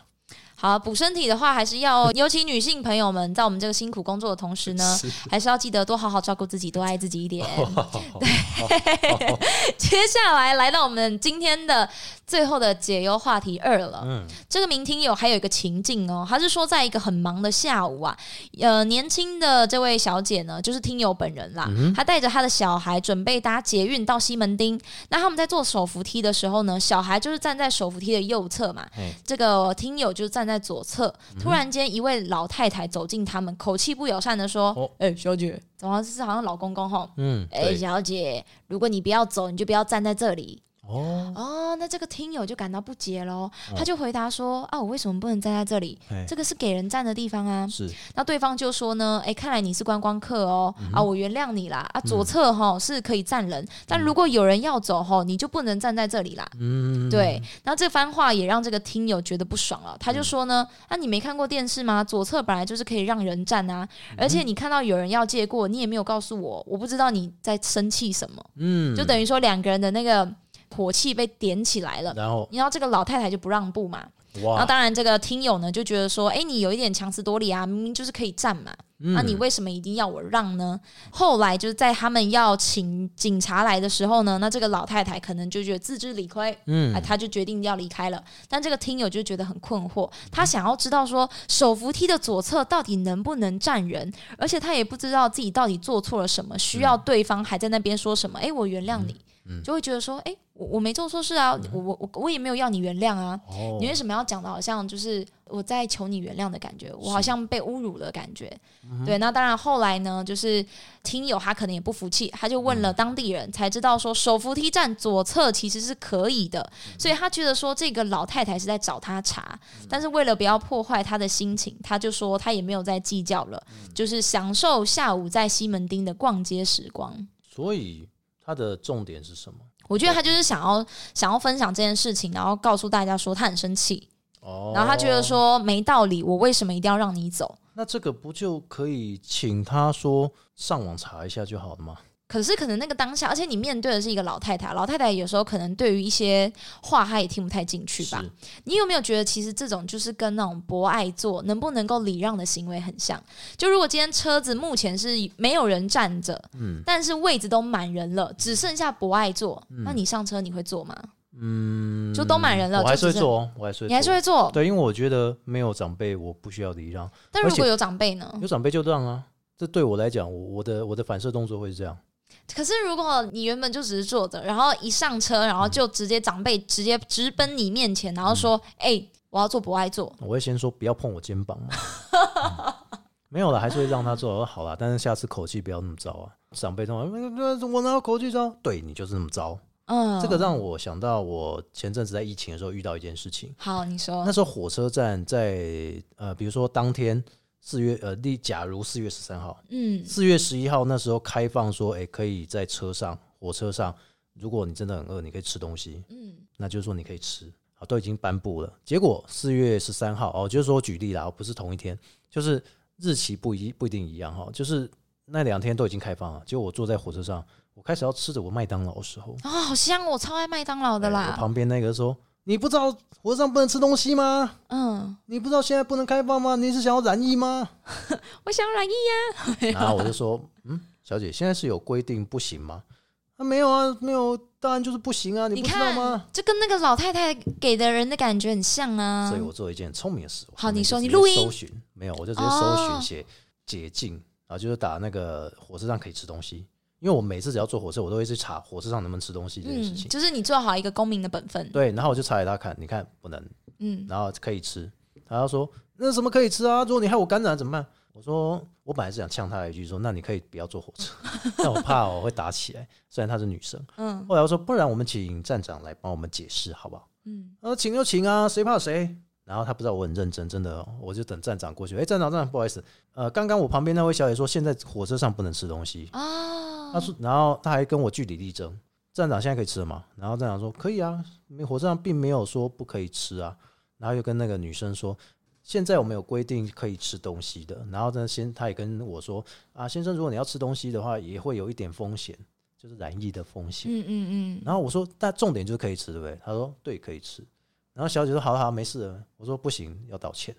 [SPEAKER 1] 好，补身体的话还是要，尤其女性朋友们，在我们这个辛苦工作的同时呢，还是要记得多好好照顾自己，多爱自己一点。 接下来来到我们今天的最后的解忧话题二了。
[SPEAKER 2] 嗯
[SPEAKER 1] 这个名听友还有一个情境哦，他是说在一个很忙的下午啊，呃，年轻的这位小姐呢，就是听友本人啦，她带着她的小孩准备搭捷运到西门町。那他们在坐手扶梯的时候呢，小孩就是站在手扶梯的右侧嘛，
[SPEAKER 2] 嘿
[SPEAKER 1] 这个听友就站在左侧。突然间，一位老太太走近他们，口气不友善的说：“哎、
[SPEAKER 2] 哦
[SPEAKER 1] 小姐，好像哦是好像老公公吼。”
[SPEAKER 2] 嗯，
[SPEAKER 1] 哎、
[SPEAKER 2] 对
[SPEAKER 1] 小姐，如果你不要走，你就不要站在这里。
[SPEAKER 2] 哦，
[SPEAKER 1] 哦，那这个听友就感到不解喽，他就回答说：“啊，我为什么不能站在这里？
[SPEAKER 2] 哎
[SPEAKER 1] 这个是给人站的地方啊。
[SPEAKER 2] 是”
[SPEAKER 1] 那对方就说呢：“哎，看来你是观光客哦，啊，我原谅你啦。啊，左侧哈、是可以站人，但如果有人要走哈、你就不能站在这里啦。”
[SPEAKER 2] 嗯，
[SPEAKER 1] 对，然后这番话也让这个听友觉得不爽了，
[SPEAKER 2] 嗯
[SPEAKER 1] 他就说呢：“啊，你没看过电视吗？左侧本来就是可以让人站啊，而
[SPEAKER 2] 嗯
[SPEAKER 1] 且你看到有人要借过，你也没有告诉我，我不知道你在生气什么。”
[SPEAKER 2] 嗯，
[SPEAKER 1] 就等于说两个人的那个火气被点起来了。
[SPEAKER 2] 然后
[SPEAKER 1] 然后这个老太太就不让步嘛，然后
[SPEAKER 2] 哇，
[SPEAKER 1] 当然这个听友呢就觉得说，哎，你有一点强词夺理啊，明明就是可以站嘛，
[SPEAKER 2] 嗯
[SPEAKER 1] 那、你为什么一定要我让呢？后来就是在他们要请警察来的时候呢，那这个老太太可能就觉得自知理亏，
[SPEAKER 2] 嗯
[SPEAKER 1] 啊，她就决定要离开了。但这个听友就觉得很困惑，他想要知道说手扶梯的左侧到底能不能站人，而且他也不知道自己到底做错了什么，需要对方还在那边说什么，哎、我原谅你，
[SPEAKER 2] 嗯
[SPEAKER 1] 就会觉得说，哎、我我没做错事啊，我我我我也没有要你原谅啊，
[SPEAKER 2] 哦
[SPEAKER 1] 你为什么要讲的好像就是我在求你原谅的感觉，我好像被侮辱了感觉？对，那当然后来呢，就是听友他可能也不服气，他就问了当地人，才知道说手扶梯站左侧其实是可以的，所以他觉得说这个老太太是在找他茬，但是为了不要破坏他的心情，他就说他也没有再计较了，就是享受下午在西门町的逛街时光。
[SPEAKER 2] 所以他的重点是什么？
[SPEAKER 1] 我觉得他就是想要想要分享这件事情，然后告诉大家说他很生气，
[SPEAKER 2] 哦，
[SPEAKER 1] 然后他觉得，说没道理，我为什么一定要让你走？
[SPEAKER 2] 那这个不就可以请他说上网查一下就好了吗？
[SPEAKER 1] 可是可能那个当下，而且你面对的是一个老太太，老太太有时候可能对于一些话她也听不太进去吧
[SPEAKER 2] 是。
[SPEAKER 1] 你有没有觉得，其实这种就是跟那种博爱座能不能够礼让的行为很像？就如果今天车子目前是没有人站着，
[SPEAKER 2] 嗯
[SPEAKER 1] 但是位置都满人了，只剩下博爱座，那你上车你会坐吗？
[SPEAKER 2] 嗯，
[SPEAKER 1] 就都满人了
[SPEAKER 2] 我还是
[SPEAKER 1] 就
[SPEAKER 2] 会
[SPEAKER 1] 只是
[SPEAKER 2] 做哦，我还是会做，
[SPEAKER 1] 你还是会坐。
[SPEAKER 2] 对，因为我觉得没有长辈，我不需要礼让，
[SPEAKER 1] 但如
[SPEAKER 2] 而
[SPEAKER 1] 果
[SPEAKER 2] 且
[SPEAKER 1] 有长辈呢？
[SPEAKER 2] 有长辈就让啊。这对我来讲，我我的我的反射动作会是这样。
[SPEAKER 1] 可是如果你原本就只是坐着，然后一上车，然后
[SPEAKER 2] 嗯
[SPEAKER 1] 就直接长辈直接直奔你面前，然后说：“哎、我要坐不爱坐。
[SPEAKER 2] 我会先说不要碰我肩膀嘛。嗯没有了，还是会让他做。我说哦好嗯啦，但是下次口气不要那么糟啊。长辈通常呃呃我哪有口气糟？对你就是那么糟，
[SPEAKER 1] 嗯，
[SPEAKER 2] 这个让我想到我前阵子在疫情的时候遇到一件事情。
[SPEAKER 1] 好，你说
[SPEAKER 2] 那时候火车站在呃，比如说当天四月呃，例假如四月十三号，
[SPEAKER 1] 嗯
[SPEAKER 2] 四月十一号那时候开放说，哎、可以在车上火车上，如果你真的很饿，你可以吃东西，
[SPEAKER 1] 嗯
[SPEAKER 2] 那就是说你可以吃。好，都已经颁布了，结果四月十三号哦，就是说举例啦，哦不是同一天，就是日期不一不一定一样哈、哦，就是那两天都已经开放了，结果我坐在火车上，我开始要吃着我麦当劳的时候，
[SPEAKER 1] 啊、好香，我超爱麦当劳的
[SPEAKER 2] 哎
[SPEAKER 1] 啦
[SPEAKER 2] 我。旁边那个说：“你不知道火车上不能吃东西吗？
[SPEAKER 1] 嗯，
[SPEAKER 2] 你不知道现在不能开放吗？你是想要染疫吗
[SPEAKER 1] 我想啊染疫？”哎
[SPEAKER 2] 然后我就说：“嗯，小姐，现在是有规定不行吗？”啊，没有啊，没有，当然就是不行啊，你
[SPEAKER 1] 你
[SPEAKER 2] 不知道
[SPEAKER 1] 看
[SPEAKER 2] 吗？
[SPEAKER 1] 就跟那个老太太给的人的感觉很像啊。
[SPEAKER 2] 所以我做了一件很聪明的事。我
[SPEAKER 1] 好
[SPEAKER 2] 上面
[SPEAKER 1] 你
[SPEAKER 2] 就
[SPEAKER 1] 说
[SPEAKER 2] 直
[SPEAKER 1] 你
[SPEAKER 2] 接
[SPEAKER 1] 录音
[SPEAKER 2] 搜寻没有，我就直接搜
[SPEAKER 1] 哦
[SPEAKER 2] 寻写解禁，然后就是打那个火车上可以吃东西，因为我每次只要坐火车，我都会去查火车上能不能吃东西这件事
[SPEAKER 1] 嗯，
[SPEAKER 2] 情。
[SPEAKER 1] 就是你做好一个公民的本分。
[SPEAKER 2] 对，然后我就查给他看，你看不能，
[SPEAKER 1] 嗯，
[SPEAKER 2] 然后可以吃。然后他说：“那什么可以吃啊？如果你害我感染怎么办？”我说：“我本来是想呛他一句说，那你可以不要坐火车， 但我怕我会打起来。虽然她是女生，
[SPEAKER 1] 嗯
[SPEAKER 2] 嗯。后来我说，不然我们请站长来帮我们解释好不好？
[SPEAKER 1] 嗯
[SPEAKER 2] 嗯，他说请就请啊，谁怕谁？然后他不知道我很认真，真的哦，我就等站长过去。哎，站长，站长，不好意思，呃，刚刚我旁边那位小姐说，现在火车上不能吃东西。
[SPEAKER 1] 啊，
[SPEAKER 2] 他说，然后他还跟我据理力争。站长现在可以吃了吗？然后站长说可以啊，没火车上并没有说不可以吃啊。然后又跟那个女生说，现在我们有规定可以吃东西的。然后呢，先他也跟我说啊，先生，如果你要吃东西的话，也会有一点风险，就是染疫的风险。
[SPEAKER 1] 嗯嗯嗯，
[SPEAKER 2] 然后我说，但重点就是可以吃，对不对？他说对，可以吃。然后小姐说好了好了没事了。我说不行，要道歉，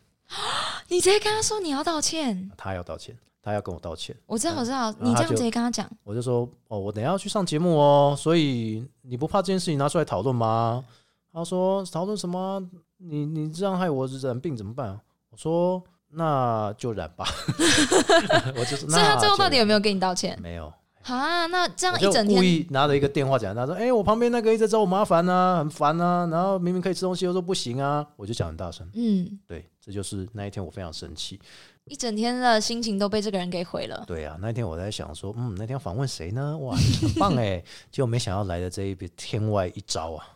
[SPEAKER 1] 你直接跟他说你要道歉，
[SPEAKER 2] 他要道歉，他要跟我道歉。
[SPEAKER 1] 我知道我知道，
[SPEAKER 2] 后
[SPEAKER 1] 你这
[SPEAKER 2] 嗯他
[SPEAKER 1] 样
[SPEAKER 2] 就
[SPEAKER 1] 直接跟他讲，
[SPEAKER 2] 我就说哦，我等一下要去上节目哦，所以你不怕这件事情拿出来讨论吗？他说讨论什么啊？你你这样害我染病怎么办啊？我说那就染吧。 我就 是，
[SPEAKER 1] 所以他
[SPEAKER 2] 那
[SPEAKER 1] 最后
[SPEAKER 2] 就
[SPEAKER 1] 到底有没有跟你道歉？
[SPEAKER 2] 没有？
[SPEAKER 1] 啊，那这
[SPEAKER 2] 我
[SPEAKER 1] 样
[SPEAKER 2] 就
[SPEAKER 1] 一整
[SPEAKER 2] 故
[SPEAKER 1] 天，
[SPEAKER 2] 意拿着一个电话讲，他说：“哎、我旁边那个一直找我麻烦啊，很烦啊，然后明明可以吃东西，又说不行啊。”我就讲很大声，
[SPEAKER 1] 嗯，
[SPEAKER 2] 对，这就是那一天我非常生气。
[SPEAKER 1] 一整天的心情都被这个人给毁了。
[SPEAKER 2] 对啊，那一天我在想说，嗯，那天要访问谁呢？哇，很棒哎、 结果没想到来的这一笔天外一招啊！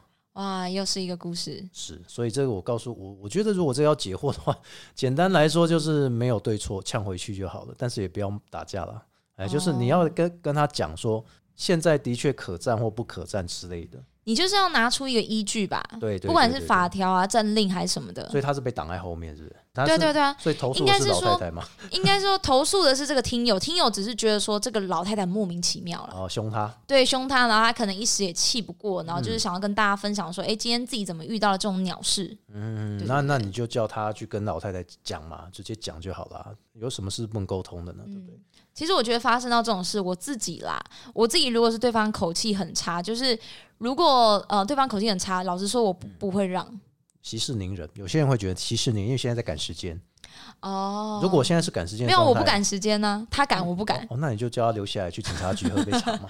[SPEAKER 1] 哇，又是一个故事。
[SPEAKER 2] 是，所以这个我告诉我，我觉得如果这要解惑的话， 简单来说就是没有对错，呛回去就好了，但是也不要打架了。哎，就是你
[SPEAKER 1] 哦
[SPEAKER 2] 要跟跟他讲说，现在的确可战或不可战之类的。
[SPEAKER 1] 你就是要拿出一个依据吧，
[SPEAKER 2] 对对对
[SPEAKER 1] 不管
[SPEAKER 2] 对
[SPEAKER 1] 是
[SPEAKER 2] 对
[SPEAKER 1] 法条啊、政令还是什么的
[SPEAKER 2] 所，以他是被挡在后面，是不是？他
[SPEAKER 1] 对
[SPEAKER 2] 是
[SPEAKER 1] 对对啊，
[SPEAKER 2] 所以投诉
[SPEAKER 1] 应
[SPEAKER 2] 的
[SPEAKER 1] 该
[SPEAKER 2] 是
[SPEAKER 1] 是
[SPEAKER 2] 老
[SPEAKER 1] 说
[SPEAKER 2] 太太嘛，
[SPEAKER 1] 应该说投诉的是这个听友，听友只是觉得说这个老太太莫名其妙
[SPEAKER 2] 然
[SPEAKER 1] 了，
[SPEAKER 2] 后哦凶他，
[SPEAKER 1] 对凶她，然后她可能一时也气不过，然后
[SPEAKER 2] 嗯
[SPEAKER 1] 就是想要跟大家分享说，哎、今天自己怎么遇到了这种鸟事？
[SPEAKER 2] 嗯
[SPEAKER 1] 对，对
[SPEAKER 2] 那
[SPEAKER 1] 对
[SPEAKER 2] 那你就叫他去跟老太太讲嘛，直接讲就好了。啊有什么是不能沟通的呢？
[SPEAKER 1] 嗯
[SPEAKER 2] 对不对？
[SPEAKER 1] 其实我觉得发生到这种事，我自己啦，我自己如果是对方口气很差，就是如果呃对方口气很差，老实说我
[SPEAKER 2] 嗯
[SPEAKER 1] 不不会让
[SPEAKER 2] 息事宁人，有些人会觉得息事宁，因为现在在赶时间。
[SPEAKER 1] 哦。
[SPEAKER 2] 如果我现在是赶时间
[SPEAKER 1] 没
[SPEAKER 2] 的
[SPEAKER 1] 有，
[SPEAKER 2] 状态，
[SPEAKER 1] 我不赶时间呢、他赶我不赶，
[SPEAKER 2] 哦，那你就叫他留下来去警察局喝杯茶 嘛。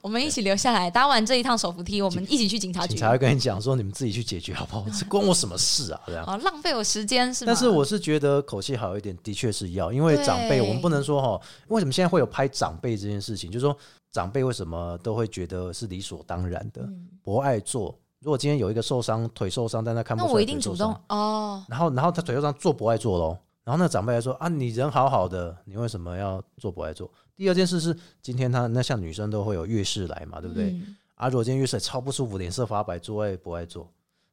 [SPEAKER 1] 我们一起留下来搭完这一趟手扶梯，我们一起去警察局
[SPEAKER 2] 哦警，察会跟你讲说，你们自己去解决好不好？这关我什么事啊？这样。
[SPEAKER 1] 哦，浪费我时间是吗？
[SPEAKER 2] 但是我是觉得口气好一点，的确是要，因为长辈
[SPEAKER 1] 对
[SPEAKER 2] 我们不能说哈，为什么现在会有拍长辈这件事情？就是说长辈为什么都会觉得是理所当然
[SPEAKER 1] 嗯
[SPEAKER 2] 的，不爱做。如果今天有一个受伤，腿受伤，但他看不
[SPEAKER 1] 那
[SPEAKER 2] 出来，
[SPEAKER 1] 我一定主动。哦，
[SPEAKER 2] 然后，然后他腿受伤做不爱做喽。然后那长辈还说啊，你人好好的，你为什么要做不爱做？第二件事是，今天他那像女生都会有月事来嘛，对不对？
[SPEAKER 1] 嗯
[SPEAKER 2] 啊，如果今天月事来超不舒服，脸色发白，做爱不爱做？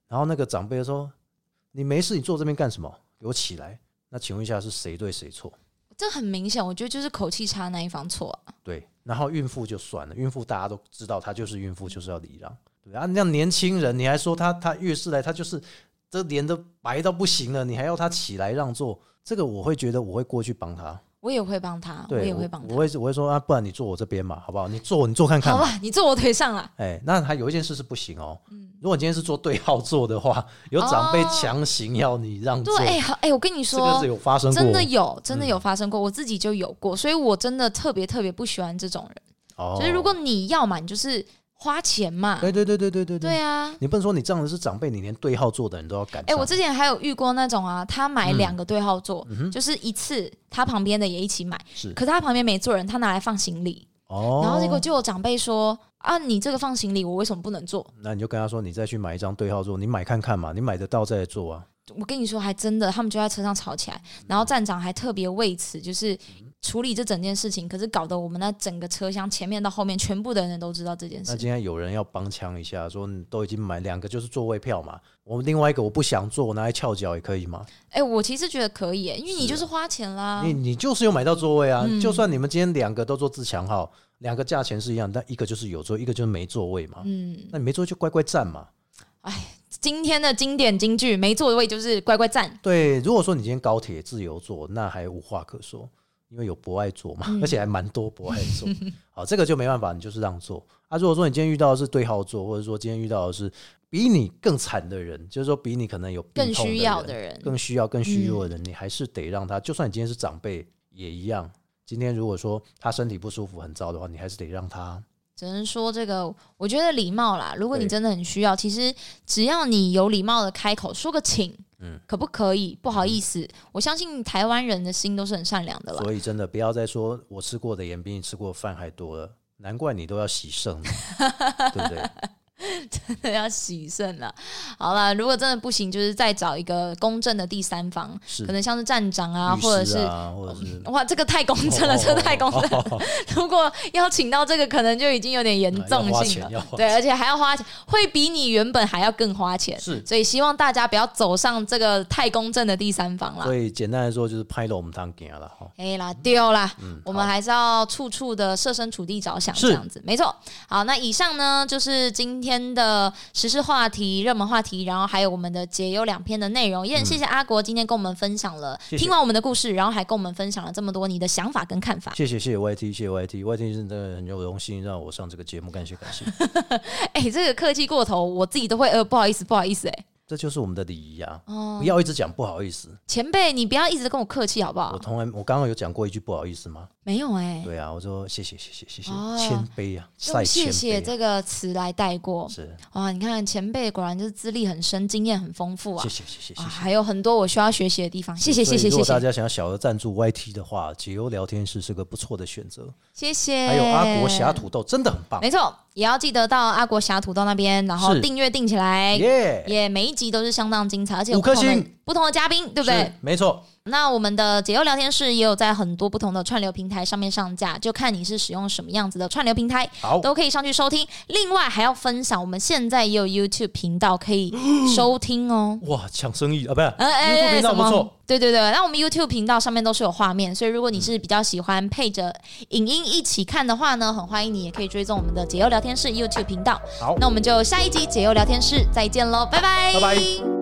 [SPEAKER 2] 然后那个长辈说，你没事，你坐这边干什么？给我起来。那请问一下是谁对谁错？
[SPEAKER 1] 这很明显，我觉得就是口气差那一方错啊、
[SPEAKER 2] 对，然后孕妇就算了，孕妇大家都知道，她就是孕妇，就是要礼让。对啊，那年轻人，你还说她她月事来，她就是这脸都白到不行了，你还要她起来让座，这个我会觉得我会过去帮她，
[SPEAKER 1] 哦我也会帮他，
[SPEAKER 2] 对，
[SPEAKER 1] 也会帮哦
[SPEAKER 2] 我
[SPEAKER 1] 他。
[SPEAKER 2] 会我会说啊，不然你坐我这边嘛，好不好？你坐你坐看看
[SPEAKER 1] 好
[SPEAKER 2] 嘛。
[SPEAKER 1] 了，你坐我腿上了，
[SPEAKER 2] 哎，那还有一件事是不行哦，如果你今天是坐对号坐的话，有长辈
[SPEAKER 1] 哦
[SPEAKER 2] 强行要你让
[SPEAKER 1] 对
[SPEAKER 2] 座，，
[SPEAKER 1] 哎、好，哎、我跟你
[SPEAKER 2] 嗯这个
[SPEAKER 1] 说
[SPEAKER 2] 是，有发生过，嗯
[SPEAKER 1] 真的有，真的有发生过，我自己就有过，所以我真的特别特别不喜欢这种人。
[SPEAKER 2] 哦，
[SPEAKER 1] 就是如果你要嘛，你就是花钱嘛，
[SPEAKER 2] 对对对对对对
[SPEAKER 1] 对，啊。
[SPEAKER 2] 你不能说你这样的是长辈，你连对号坐的人都要赶上。
[SPEAKER 1] 哎、我之前还有遇过那种啊，他买
[SPEAKER 2] 嗯
[SPEAKER 1] 两个对号座，就是一次他旁边的也一起买，
[SPEAKER 2] 是
[SPEAKER 1] 可是他旁边没坐人，他拿来放行李，
[SPEAKER 2] 哦，
[SPEAKER 1] 然后结果就有长辈说啊，你这个放行李，我为什么不能坐？
[SPEAKER 2] 那你就跟他说，你再去买一张对号座，你买看看嘛，你买得到再做啊。
[SPEAKER 1] 我跟你说，还真的，他们就在车上吵起来，然后站长还特别为此就是处理这整件事情，可是搞得我们那整个车厢前面到后面全部的人都知道这件
[SPEAKER 2] 那
[SPEAKER 1] 事。
[SPEAKER 2] 今天有人要帮腔一下，说你都已经买两个就是座位票嘛，我们另外一个我不想坐，我拿来翘脚也可以吗？
[SPEAKER 1] 哎、我其实觉得可以耶、因为你就是花钱啦
[SPEAKER 2] 啊你。你就是有买到座位啊，
[SPEAKER 1] 嗯
[SPEAKER 2] 就算你们今天两个都坐自强号，两个价钱是一样，但一个就是有座，一个就是没座位嘛。
[SPEAKER 1] 嗯，
[SPEAKER 2] 那你没座位就乖乖站嘛。
[SPEAKER 1] 今天的经典金句，没座位就是乖乖站。
[SPEAKER 2] 对，如果说你今天高铁自由座，那还无话可说，因为有博爱座嘛，
[SPEAKER 1] 嗯
[SPEAKER 2] 而且还蛮多博爱 座。好，这个就没办法，你就是让座啊。如果说你今天遇到的是对号座，或者说今天遇到的是比你更惨的人，就是说比你可能有病
[SPEAKER 1] 更
[SPEAKER 2] 痛
[SPEAKER 1] 需要
[SPEAKER 2] 人
[SPEAKER 1] 的人，嗯
[SPEAKER 2] 更需要、更虚弱的人，你还是得让他，就算你今天是长辈也一样。今天如果说他身体不舒服很糟的话，你还是得让他。
[SPEAKER 1] 只能说这个，我觉得礼貌啦。如果你
[SPEAKER 2] 对
[SPEAKER 1] 真的很需要，其实只要你有礼貌的开口说个请，
[SPEAKER 2] 嗯
[SPEAKER 1] 可不可以？不好意思，我相信台湾人的心都是很善良的啦。
[SPEAKER 2] 所以真的不要再说我吃过的盐比你吃过的饭还多了，难怪你都要洗肾呢，对不对？
[SPEAKER 1] 要喜胜了。好啦，如果真的不行，就是再找一个公正的第三方，
[SPEAKER 2] 是
[SPEAKER 1] 可能像是站长啊，
[SPEAKER 2] 律
[SPEAKER 1] 或者
[SPEAKER 2] 师
[SPEAKER 1] 是。
[SPEAKER 2] 啊，哦或者是。
[SPEAKER 1] 哇，这个太公正了，这个太公正了。 如果要请到这个，可能就已经有点严重性了
[SPEAKER 2] 啊要花钱要花。钱
[SPEAKER 1] 对，而且还要花钱，会比你原本还要更花钱。
[SPEAKER 2] 是
[SPEAKER 1] 所以希望大家不要走上这个太公正的第三方啦
[SPEAKER 2] 所。以简单来说，就是拍了我们当家了哈。
[SPEAKER 1] 哎、啦，丢啦、我们还是要处处的设身处地着想，
[SPEAKER 2] 嗯是
[SPEAKER 1] 这样子没错。好，那以上呢就是今天的时事话题、热门话题，然后还有我们的解忧两篇的内容。也很谢谢阿国今天跟我们分享了，
[SPEAKER 2] 嗯谢谢
[SPEAKER 1] 听完我们的故事，然后还跟我们分享了这么多你的想法跟看法。
[SPEAKER 2] 谢谢谢谢 YT，谢谢 YT，YT 真的很有荣幸让我上这个节目，感谢感谢，
[SPEAKER 1] 哎、这个客气过头，我自己都会呃不好意思，不好意思、哎，
[SPEAKER 2] 这就是我们的礼仪啊！
[SPEAKER 1] 哦
[SPEAKER 2] 不要一直讲不好意思，
[SPEAKER 1] 前辈，你不要一直跟我客气好不
[SPEAKER 2] 我
[SPEAKER 1] 好？
[SPEAKER 2] 从来我刚刚有讲过一句不好意思吗？
[SPEAKER 1] 没有哎、
[SPEAKER 2] 对啊，我说谢谢谢谢谢谢，
[SPEAKER 1] 哦
[SPEAKER 2] 谦卑啊，
[SPEAKER 1] 用
[SPEAKER 2] 赛
[SPEAKER 1] 谢
[SPEAKER 2] 谦
[SPEAKER 1] 谢
[SPEAKER 2] 卑啊，
[SPEAKER 1] 这个词来带过
[SPEAKER 2] 是
[SPEAKER 1] 哇！你看前辈果然就是资历很深，经验很丰富啊
[SPEAKER 2] 谢。谢谢谢谢
[SPEAKER 1] 啊，
[SPEAKER 2] 谢。
[SPEAKER 1] 还有很多我需要学习的地方。谢谢，谢
[SPEAKER 2] 所
[SPEAKER 1] 谢，
[SPEAKER 2] 以
[SPEAKER 1] 谢
[SPEAKER 2] 如果大
[SPEAKER 1] 谢，
[SPEAKER 2] 家想要小额赞助 YT 的话，解忧聊天室是个不错的选择。
[SPEAKER 1] 谢谢。
[SPEAKER 2] 还有阿国侠，土豆真的很棒，
[SPEAKER 1] 没错，也要记得到阿国侠土豆那边，然后
[SPEAKER 2] 是
[SPEAKER 1] 订阅订起来。
[SPEAKER 2] 耶，
[SPEAKER 1] 也每一集都是相当精彩，而且有
[SPEAKER 2] 五颗
[SPEAKER 1] 不同的
[SPEAKER 2] 星
[SPEAKER 1] 不同的嘉宾，对不对
[SPEAKER 2] 是？？没错，
[SPEAKER 1] 那我们的解忧聊天室也有在很多不同的串流平台上面上架，就看你是使用什么样子的串流平台，
[SPEAKER 2] 好，
[SPEAKER 1] 都可以上去收听。另外还要分享，我们现在也有 YouTube 频道可以收听哦。
[SPEAKER 2] 哇，抢生意啊，不是
[SPEAKER 1] 呃，哎、
[SPEAKER 2] ，YouTube
[SPEAKER 1] 哎
[SPEAKER 2] 频道
[SPEAKER 1] 什么
[SPEAKER 2] 不错，
[SPEAKER 1] 对对对，那我们 YouTube 频道上面都是有画面，所以如果你是比较喜欢配着影音一起看的话呢，很欢迎你也可以追踪我们的解忧聊天室 YouTube 频道。
[SPEAKER 2] 好
[SPEAKER 1] 那。我们就下一集解忧聊天室再见喽，拜拜，
[SPEAKER 2] 拜拜。